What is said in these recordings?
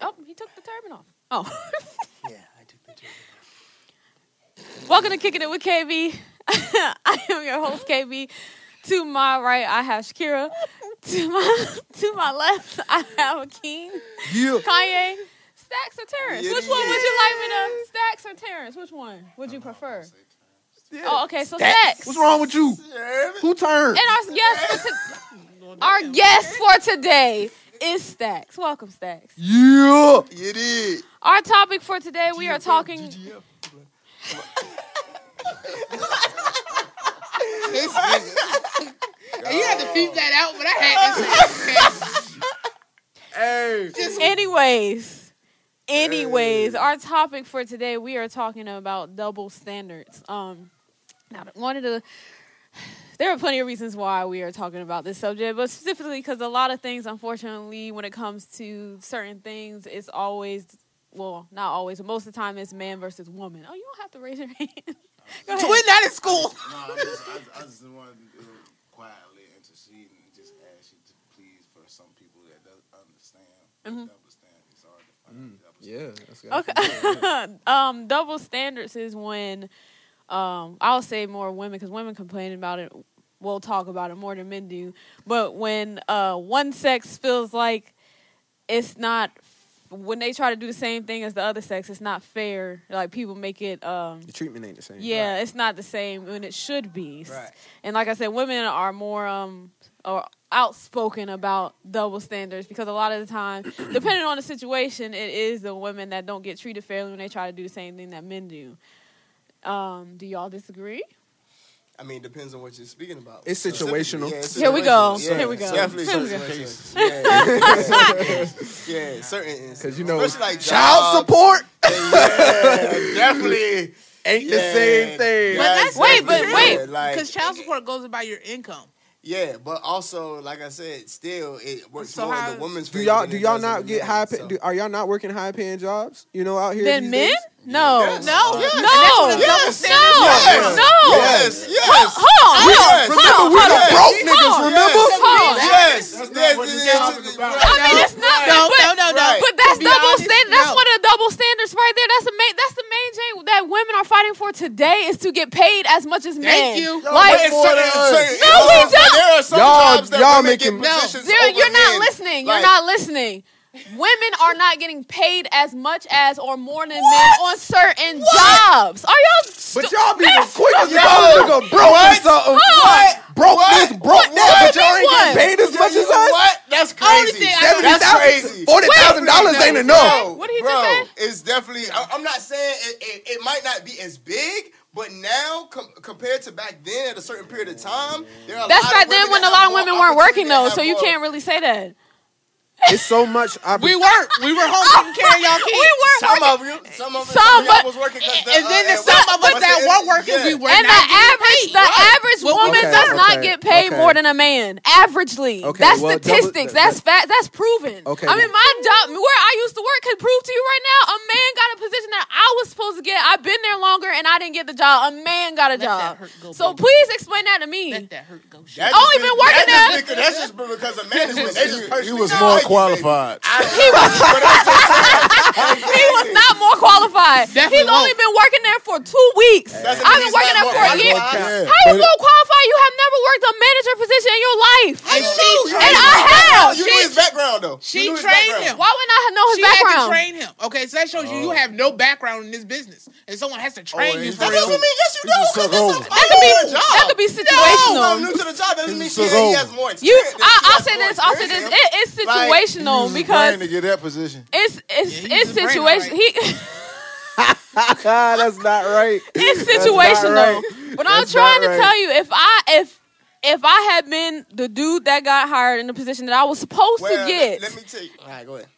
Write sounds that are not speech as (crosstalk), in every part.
Oh, he took the turban off. Oh. (laughs) Yeah, I took the turban. Welcome to Kicking It With KB. (laughs) I am your host, KB. To my right, I have Shakira. To my (laughs) to my left, I have King, Yeah. Kanye, Stacks or Terrence. Yeah, Which one yeah. would you like me to? Stacks or Terrence? Which one would you prefer? Oh, okay. So Stacks. What's wrong with you? Who turned? And our guest for to- our guest for today is Stacks. Welcome, Stacks. Yeah. It is. Our topic for today, we are talking. This nigga. you had to beep that out, but I had to say it. Hey. Anyways, anyways, our topic for today we are talking about double standards. Um, now one of the there are plenty of reasons why we are talking about this subject, but specifically because a lot of things, unfortunately, when it comes to certain things, it's always well, not always, but most of the time, it's man versus woman. Oh, you don't have to raise your (laughs) hand. Go ahead. We're not in school. No, I just, I, I just wanted to uh, quietly intercede and just ask you to please, for some people that doesn't understand, Mhm. double standards are Mm, defined. double Yeah. That's good. Okay. (laughs) um, double standards is when um, I'll say more women because women complain about it. We'll talk about it more than men do. But when uh, one sex feels like it's not, when they try to do the same thing as the other sex, it's not fair. Like people make it. Um, The treatment ain't the same. yeah, it's not the same when it should be. Right. And like I said, women are more um or outspoken about double standards because a lot of the time, (clears throat) depending on the situation, it is the women that don't get treated fairly when they try to do the same thing that men do. Um, do y'all disagree? I mean, it depends on what you're speaking about. It's So- situational. Yeah, it's Here we go. situational. Here we go. Definitely Here we go. certain cases. Yeah, yeah, (laughs) certain instances. Because you know, Especially like child jobs. support Definitely. ain't (laughs) the Yeah. same thing. Yeah, that's- exactly. Wait, but Yeah, wait, like- Because child support goes by your income. yeah, but also, like I said, still it works So more how- in the woman's Do favor. y'all than do it y'all does in not the get men's, high? Pa- so. do, are y'all not working high paying jobs? You know, out here. Then these men? days? No. Yes. No. No. Yes. Yes. No. Yes. No. Yes, yes. Hold on. Hold on. Yes. Remember, Hold we the on. Yes. broke niggas. Hold on. Remember? Hold on. Yes, That's not yes, what this yes, topic yes, about. right. I mean, it's not. No, but- no, no, no. But that's To be double honest, standard. That's no. one of the double standards right there. That's the main. That's the main thing that women are fighting for today is to get paid as much as men. Thank you. Yo, Like, But it's certain- it's certain- No, we it's- don't. There are some Y'all- jobs that y'all women making- get No. Dude, positions over you're not men. listening. You're Like, not listening. Women are not getting paid as much as or more than men on certain jobs. Are y'all? But y'all be the quickest y'all nigga broke or something. What? Broke this, broke that, but y'all ain't What? getting paid as much as us. What? That's Only crazy. thing I That's Seventy thousand, crazy. forty thousand dollars ain't enough. What did he bro, just say? It's definitely. I, I'm not saying it, it, it might not be as big, but now com- compared to back then, at a certain period of time, there are. That's a lot back of then women when a that lot have of women more weren't working though, so opportunity, you that have can't really say that. It's so much. I We work. We were home taking care of y'all (laughs) We kids. weren't working. more- Some of you, some of Some, some, but- y'all was working. 'cause (laughs) And then there's uh, at some of one- us that what's were it- working. We yeah. were and the not. average, the average Well, woman okay, does not okay, get paid okay. more than a man. Averagely, Okay, that's well, double- statistics. that's fact. That's proven. Okay, I mean, well- my job, where I used to work, could prove to you right now. A man got a position that I was supposed to get. I've been there longer, and I didn't get the job. A man got a that job. hurt go, so baby. please explain that to me. Let that hurt go. Shit. That Only just been Oh, working that there. Just, because- that's just because a man is. They just standards. He personally was don't more like you, qualified. (laughs) he (laughs) was not more qualified. Definitely He's only won't. been working there for two weeks. That's I've been he's working not there for a more year. qualified. Yeah. How you But- gonna qualify? You have never worked a manager position in your life. How you know? You And I knew his have. background. You knew his background though. she You knew his trained background. him. Why wouldn't I know his She background? had to train him. Okay, so that shows you you have no background in this business, and someone has to train Oh, you it's- for That doesn't real. mean yes, you do. just took 'cause that's over. a- That could be Oh, job. that could be No, situational. new to the job doesn't mean It's she, just he over. has more experience. You, He I, I'll has say more this. I'll say this. experience. It, it's Like, situational He was praying to because get that position. it's it's Yeah, it's he's a brain, situation. He Ah, that's not right. it's That's situational. not right. But I'm That's trying not to right. tell you, if I if if I had been the dude that got hired in the position that I was supposed Well, to get, Let me tell you. All right, go ahead.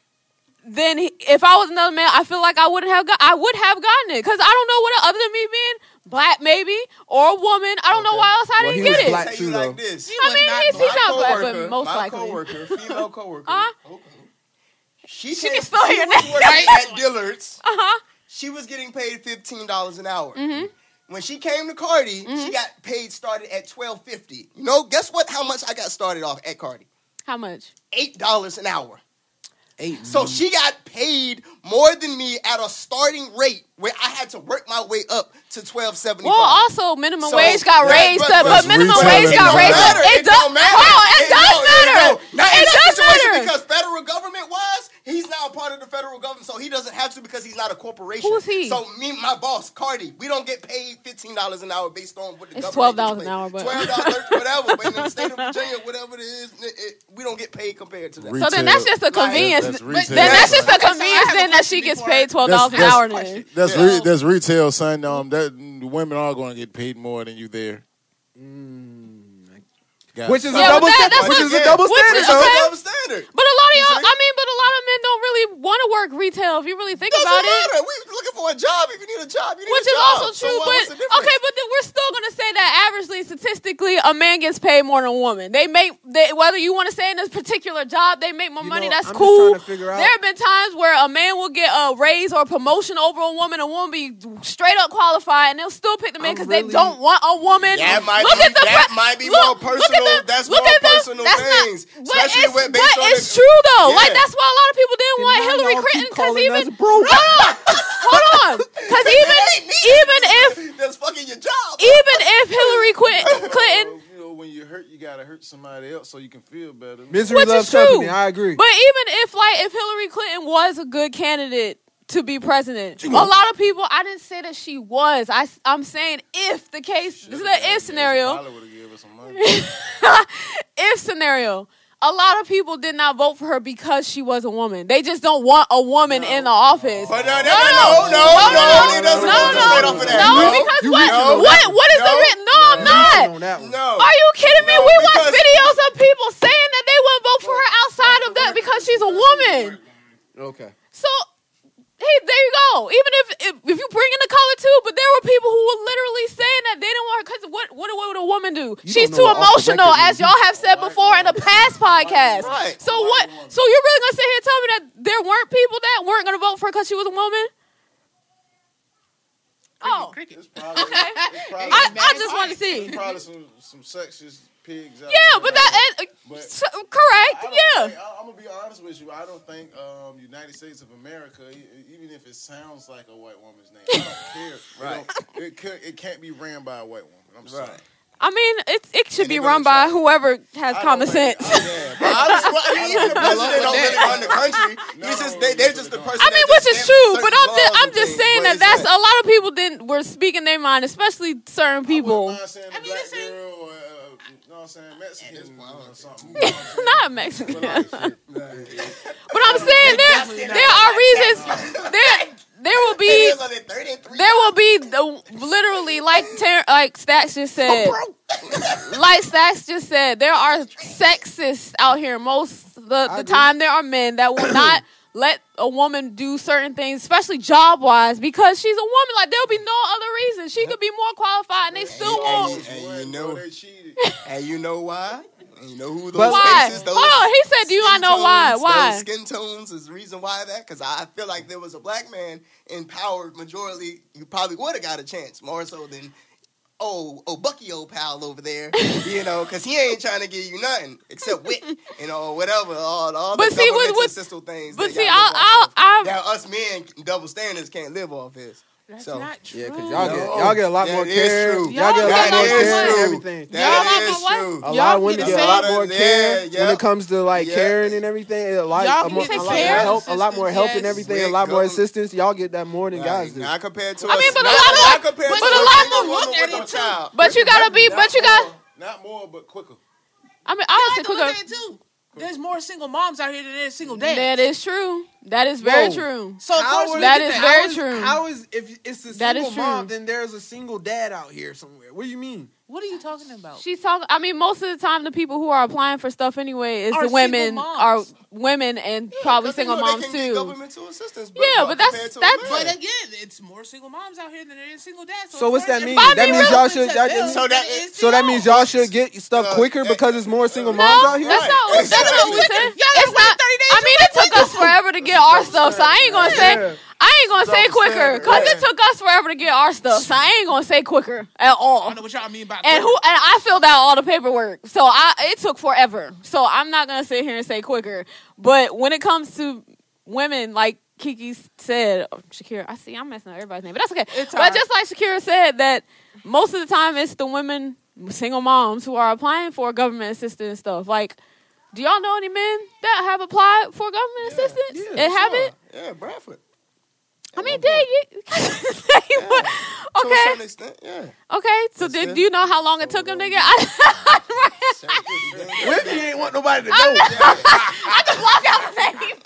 then he- if I was another man, I feel like I wouldn't have got, I would have gotten it because I don't know what other than me being black maybe or a woman. I don't know Okay. why else I Well, didn't he was get it. black. Tell too, you though. like this. She I was mean, not he's- he's black. not black, coworker, but most my likely. coworker, female coworker. Huh? She, She came- can spell she your was name. working Right. at Dillard's. Uh huh. She was getting paid fifteen dollars an hour. Mhm. When she came to Cardi, Mm-hmm. she got paid started at twelve fifty. You know, guess what? How much I got started off at Cardi? How much? Eight dollars an hour. Eight. So she got paid more than me at a starting rate where I had to work my way up to twelve seventy Well, five. also minimum So- wage got But- raised but- up, but but, minimum retail wage ain't got gonna raised up. matter. It, does. don't matter. Hold on, it, does don't- matter. don't. Not in it that does situation matter. because federal government was. He's now a part of the federal government, so he doesn't have to because he's not a corporation. Who's he? So me, my boss, Cardi, we don't get paid fifteen dollars an hour based on what the It's government $12 is an hour, but- twelve dollars, whatever. But in the state of Virginia, whatever it is, it, it, we don't get paid compared to that. Re- so then that's just a Nah, convenience. that's then retail. that's just a Okay, so I have a convenience then that she question gets before I- paid twelve That's- dollars an hour. that's- Then That's Yeah. re- that's retail, son. Um, that the women are going to get paid more than you there. Mm, Got Which is (laughs) Yeah, a but double that- standard. that's which what- is a double which standard. is- though. That's okay. double standard. But a lot of You y'all, see? I mean, but a lot of men don't really want to work retail if you really think Doesn't about it. matter. We looking for a job. If you need a job, you need Which a is job. also So true, what- but what's the difference? okay, but then we're still gonna say that averagely, statistically, a man gets paid more than a woman. They make they, whether you want to say in this particular job they make more You money. know, that's I'm just cool. trying to figure out- There have been times where a man will get a raise or a promotion over a woman. A woman be straight up qualified, and they'll still pick the man I'm because they really- don't want a woman. That might look be, at the that fa- might be look- more look at personal. the- that's look more at the- personal that's not- things. but especially it's, with- but based on it's the- true though. Yeah. Like that's why a lot of people didn't want Now Hillary y'all keep Clinton because calling even us broke. hold on, because even even if (laughs) That's fucking your job. even if Hillary Quin- Clinton, You know, when you hurt, you gotta hurt somebody else so you can feel better. Misery Which loves is true. company. I agree. but even if like if Hillary Clinton was a good candidate to be president, a lot of people. I didn't say that she was. I am saying if the case, this is an if scenario. Hollywood give us some money. (laughs) If scenario. A lot of people did not vote for her because she was a woman. They just don't want a woman in the office. uh, But no, no, no, No, no, no, no, it doesn't no, go no, straight off of that. No, No, because you what? reaching on What? that one. What is the No. written? No, I'm not. on that one. no. Are you kidding me? No, we watch because- videos of people saying that they wouldn't vote for her outside of that because she's a woman. Okay. So, hey, there you go. Even if if, if you bring in the color too, but there were people who were literally saying that they didn't want her because what, what what would a woman do? You She's don't too know what off the emotional, record as is. y'all have said before in the past podcast. Right. So what? So you're really gonna sit here and tell me that there weren't people that weren't gonna vote for her because she was a woman? Oh, Cricket. It's probably, okay. it's probably, I, I just want to see. it's probably some some sexist pigs. Out Yeah, there but that and, But- s- correct. Yeah. I, am gonna be honest with you. I don't think um, United States of America, e- even if it sounds like a white woman's name, I don't care. Right. You know, it can, it can't be ran by a white woman. I'm sorry. Right. I mean, it's it should And be it run doesn't by show. whoever has I don't common think- sense. I- yeah, (laughs) but I just, I mean, even the president don't really run the (laughs) country. No, He's just, no, they, no, they're no, just no, the no. person. I mean, that which just is true, certain but I'm just laws and I'm just things. saying that But it's that's like- a lot of people didn't were speaking their mind, especially certain people. I, saying I a mean, black this ain't- girl or, uh, you know what I'm saying, Mexican or something. (laughs) Not Mexican, But like, (laughs) but I'm saying there there are reasons there there will be It is on their third and three. there will be the, literally like ter- like Stacks just said, (laughs) (laughs) like Stacks just said, there are sexists out here. Most of the, the agree. time, there are men that (coughs) will not let a woman do certain things, especially job wise, because she's a woman. Like there'll be no other reason. She could be more qualified, and they still And, won't. and boy, you know, they cheated. and you know why? And you know who those But- Why? faces, those Hold on. He said, "Do you not skin know why? tones, Why?" Those skin tones is the reason why that because I feel like there was a black man in power majority, you probably would have got a chance more so than oh oh Bucky old pal over (laughs) there, you know, because he ain't trying to give you nothing except wit, you know, whatever all all But the see, what- governmental what- system things. But they see, gotta I'll, live I'll, off I'll, of. now us men double standards can't live off this. That's So- not true. Yeah, cause y'all No. get y'all get a lot That more is care. true. Y'all get a lot That more is care and true. everything. Y'all That like is my wife? true. A Y'all lot of get women the get a lot same- more Yeah, care when yeah. it comes to like Yeah. caring and everything. A lot, Y'all a, mo- get a lot more care help, a lot more help and assistance, everything, a yes. lot more Government- assistance. Y'all get that more than guys do. Not compared to I us. mean, but a Not- lot of- not compared but to a lot us. of Single them woman look at with it a too. child. but you gotta be, but you got. More, not more, but quicker. I mean, I I had was to look at quicker. it too. There's more single moms out here than there's single dads. That is true. That is very Whoa. true. so of course is- we that get is that. very true. How is if it's a That is single mom, true. then there's a single dad out here somewhere? What do you mean? What are you talking about? She's talking. I mean, most of the time, the people who are applying for stuff anyway is Are the women single are moms. women and probably 'Cause they single know they moms can get too. governmental assistance, Yeah, but that's- compared to a that's- man. But again, it's more single moms out here than there is single dads. So of what's course that it's mean? Bobby That means y'all relevant should. to That, them So that- than it is to so that y'all. means y'all should get stuff Uh, quicker that- because there's more single No, moms out that's here. not. Right. That's not what we Exactly. said. Y'all gotta It's wait not. 30 days I mean, it took us forever to get get our stuff, so I ain't gonna say I ain't gonna say Double quicker standard, because it right. took us forever to get our stuff, so I ain't gonna say quicker at I all. don't know what y'all mean by And who and I filled out all the paperwork, so I it took forever. So I'm not gonna sit here and say quicker. But when it comes to women, like Kiki said, oh, Shakira, I see I'm messing up everybody's name, but that's okay. It's but alright. just like Shakira said, that most of the time it's the women, single moms, who are applying for government assistance stuff. Like, do y'all know any men that have applied for government assistance? Yeah, and have sure. it? Yeah, Bradford. I mean, dang it. (laughs) To a certain okay, extent, yeah. okay. So, That's did, it. do you know how long it took them to get? I, (laughs) Wifty ain't want nobody to know. block out the name.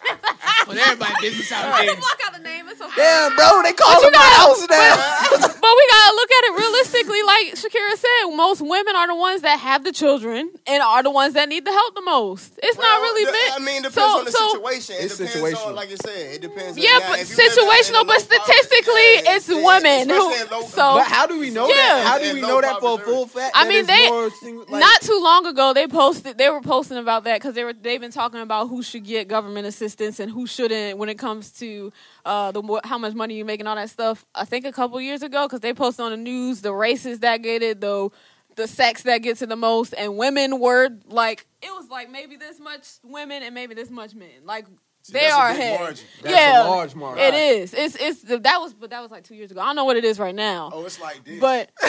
Put everybody business out there. Just block out the name. It's okay. Damn, bro, they called him my house now. But we gotta look at it realistically. Like Shakira said, most women are the ones that have the children and are the ones that need the help the most. It's not Well, really the- meant. I mean, it depends so- on the so- situation. It It's depends situational. on, like you said, it depends. Yeah, on, but if you live out in situational, low but poverty- statistically, yeah, it's women who- especially in low- so- But how do we know Yeah. that? How do we And know low that for a popularity. full fact? I that mean, it's they- more single- like- Not too long ago, they posted. They were posting about that because they were they've been talking about who should get government assistance and who shouldn't when it comes to uh the wh- how much money you make and all that stuff. I think a couple years ago because they posted on the news the races that get it, though the sex that gets it the most, and women were like it was like maybe this much women and maybe this much men. Like they that's a are big ahead. margin. That's yeah, a large market. it is. It's it's that was but that was like two years ago. I don't know what it is right now, Oh, it's like this. but. (laughs)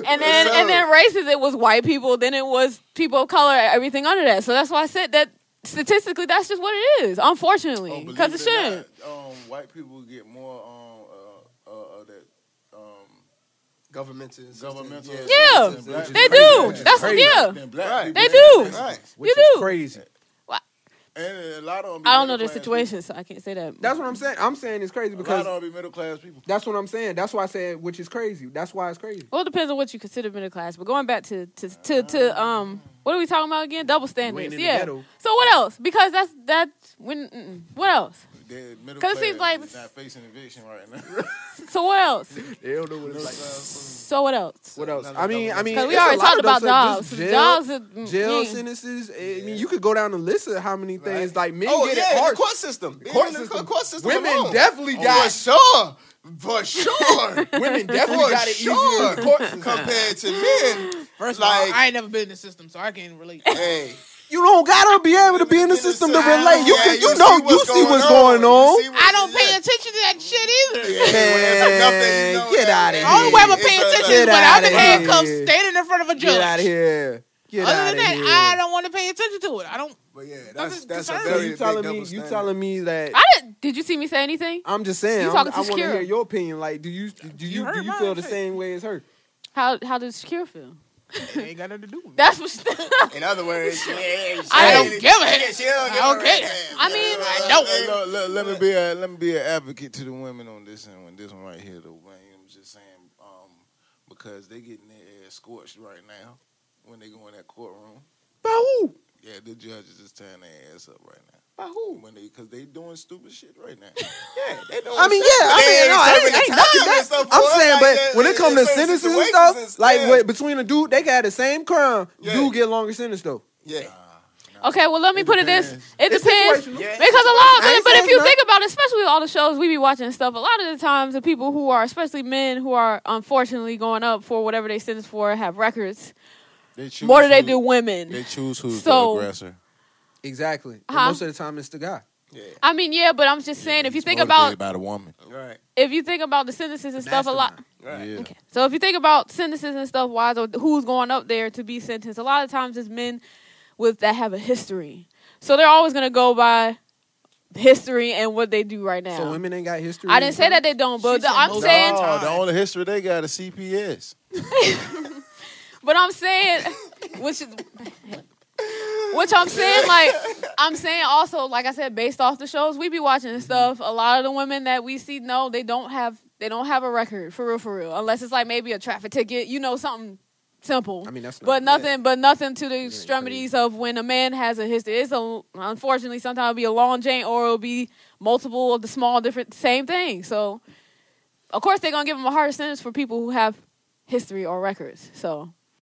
and then So- and then races it was white people then it was people of color everything under that so that's why i said that statistically that's just what it is Oh, unfortunately Oh, because it shouldn't Um, white people get more um, uh, uh, uh, that um, Governmental. assistance, governmental. Yeah. assistance than black They they people. do Crazy. that's Crazy. yeah Than black Right. people. They do. Right. you which is do. crazy. And a lot of them. Be i don't know the middle-class situation so i can't say that That's what I'm saying. I'm saying it's crazy People. A lot because of them be middle class people. that's what I'm saying. That's why I said which is crazy. That's why it's crazy. well it depends on what you consider middle class but going back to to to, to um what are we talking about again double standards in the yeah ghetto. so what else because that's that's when mm-mm. what else They're middle Cause class. it seems like- is not facing eviction right (laughs) now. so what else They don't know what Middle it's like. class so what else What else? Another I mean, double- I mean, because we it's a already lot talked of those about stuff, dogs just Jail, dogs are, mm, jail mm. sentences. eh, I mean, you could go down the list of how many things like men Oh get yeah, in it the hard. court system. Being Court in the system. court system. Women alone. definitely Oh, For got. sure. For sure. (laughs) Women definitely For got it easier sure. (laughs) in the court system. Compared to men. First of Like- all, I ain't never been in the system, so I can't relate. Hey. You don't gotta be able to be in the system to Yeah, relate. You can, you see know, you see what's going You on. see what- I don't pay yeah. attention to that shit either. Yeah, Man, there's nothing, you know get that. outta Yeah. here. Only way I'm It's paying a- attention Get is when I'm outta in handcuffs, here. standing in front of a judge. Get out of here. Get Other out than of that, here. I don't want to pay attention to it. I don't. But yeah, that's Doesn't that's a concern so very you big telling double me? You standard. telling me that? I didn't. Did you see me say anything? I'm just saying. You I'm- talking to I want to Shakira. hear your opinion. Like, do you do You you heard do you mine, feel the hey. same way as her? How how does Shakira feel? It ain't got nothing to do with it. That's what. (laughs) She, In other words, yeah, yeah, I yeah, don't yeah, give a yeah, heck. she don't I give don't a care. heck. I mean, Yeah, don't. yeah, yeah. Let, let, let me be a, let me be an advocate to the women on this end. When this one right here, though, man, I'm just saying, um, because they getting their ass scorched right now when they go in that courtroom. By who? Yeah, the judges is tearing their ass up right now By who? when they because they doing stupid shit right now. Yeah, they don't I mean, yeah. I They mean, no, I ain't ain't, I ain't serving the knocking time that. and stuff I'm for it, saying, like, but that- when it comes to it's certain sentences and situations stuff, is- like yeah. what, between a dude, they got the same crime. Yeah. Dude get longer sentence though. yeah. okay, well let me put it this. It It's depends situational. Yeah. because a lot. Of, I but, ain't but if saying you nothing. think about it, especially with all the shows we be watching and stuff, a lot of the times the people who are, especially men who are unfortunately going up for whatever they sentenced for, have records They choose more than they who- do women. They choose who's So- the aggressor. Exactly. And Huh? most of the time, it's the guy. I mean, yeah, but I'm just saying if you He's think motivated about by the woman. Right. if you think about the sentences and stuff a lot. Mastermind. Right. Yeah. Okay. So if you think about sentences and stuff, wise or who's going up there to be sentenced, a lot of times it's men with that have a history. So they're always gonna go by history and what they do right now. So women ain't got history. I didn't say that they don't, but She said I'm most saying, of No, Time. the only history they got is CPS. but I'm saying, (laughs) which is, which I'm saying, like I'm saying also, like I said, based off the shows we be watching and stuff, a lot of the women that we see, no, they don't have they don't have a record for real, for real, unless it's like maybe a traffic ticket, you know, something simple. I mean, that's not But nothing, Yeah. but nothing to the extremities of when a man has a history. It's a unfortunately sometimes it'll be a long chain or it'll be multiple of the small different same thing. So, of course they're gonna give him a harder sentence for people who have history or records. So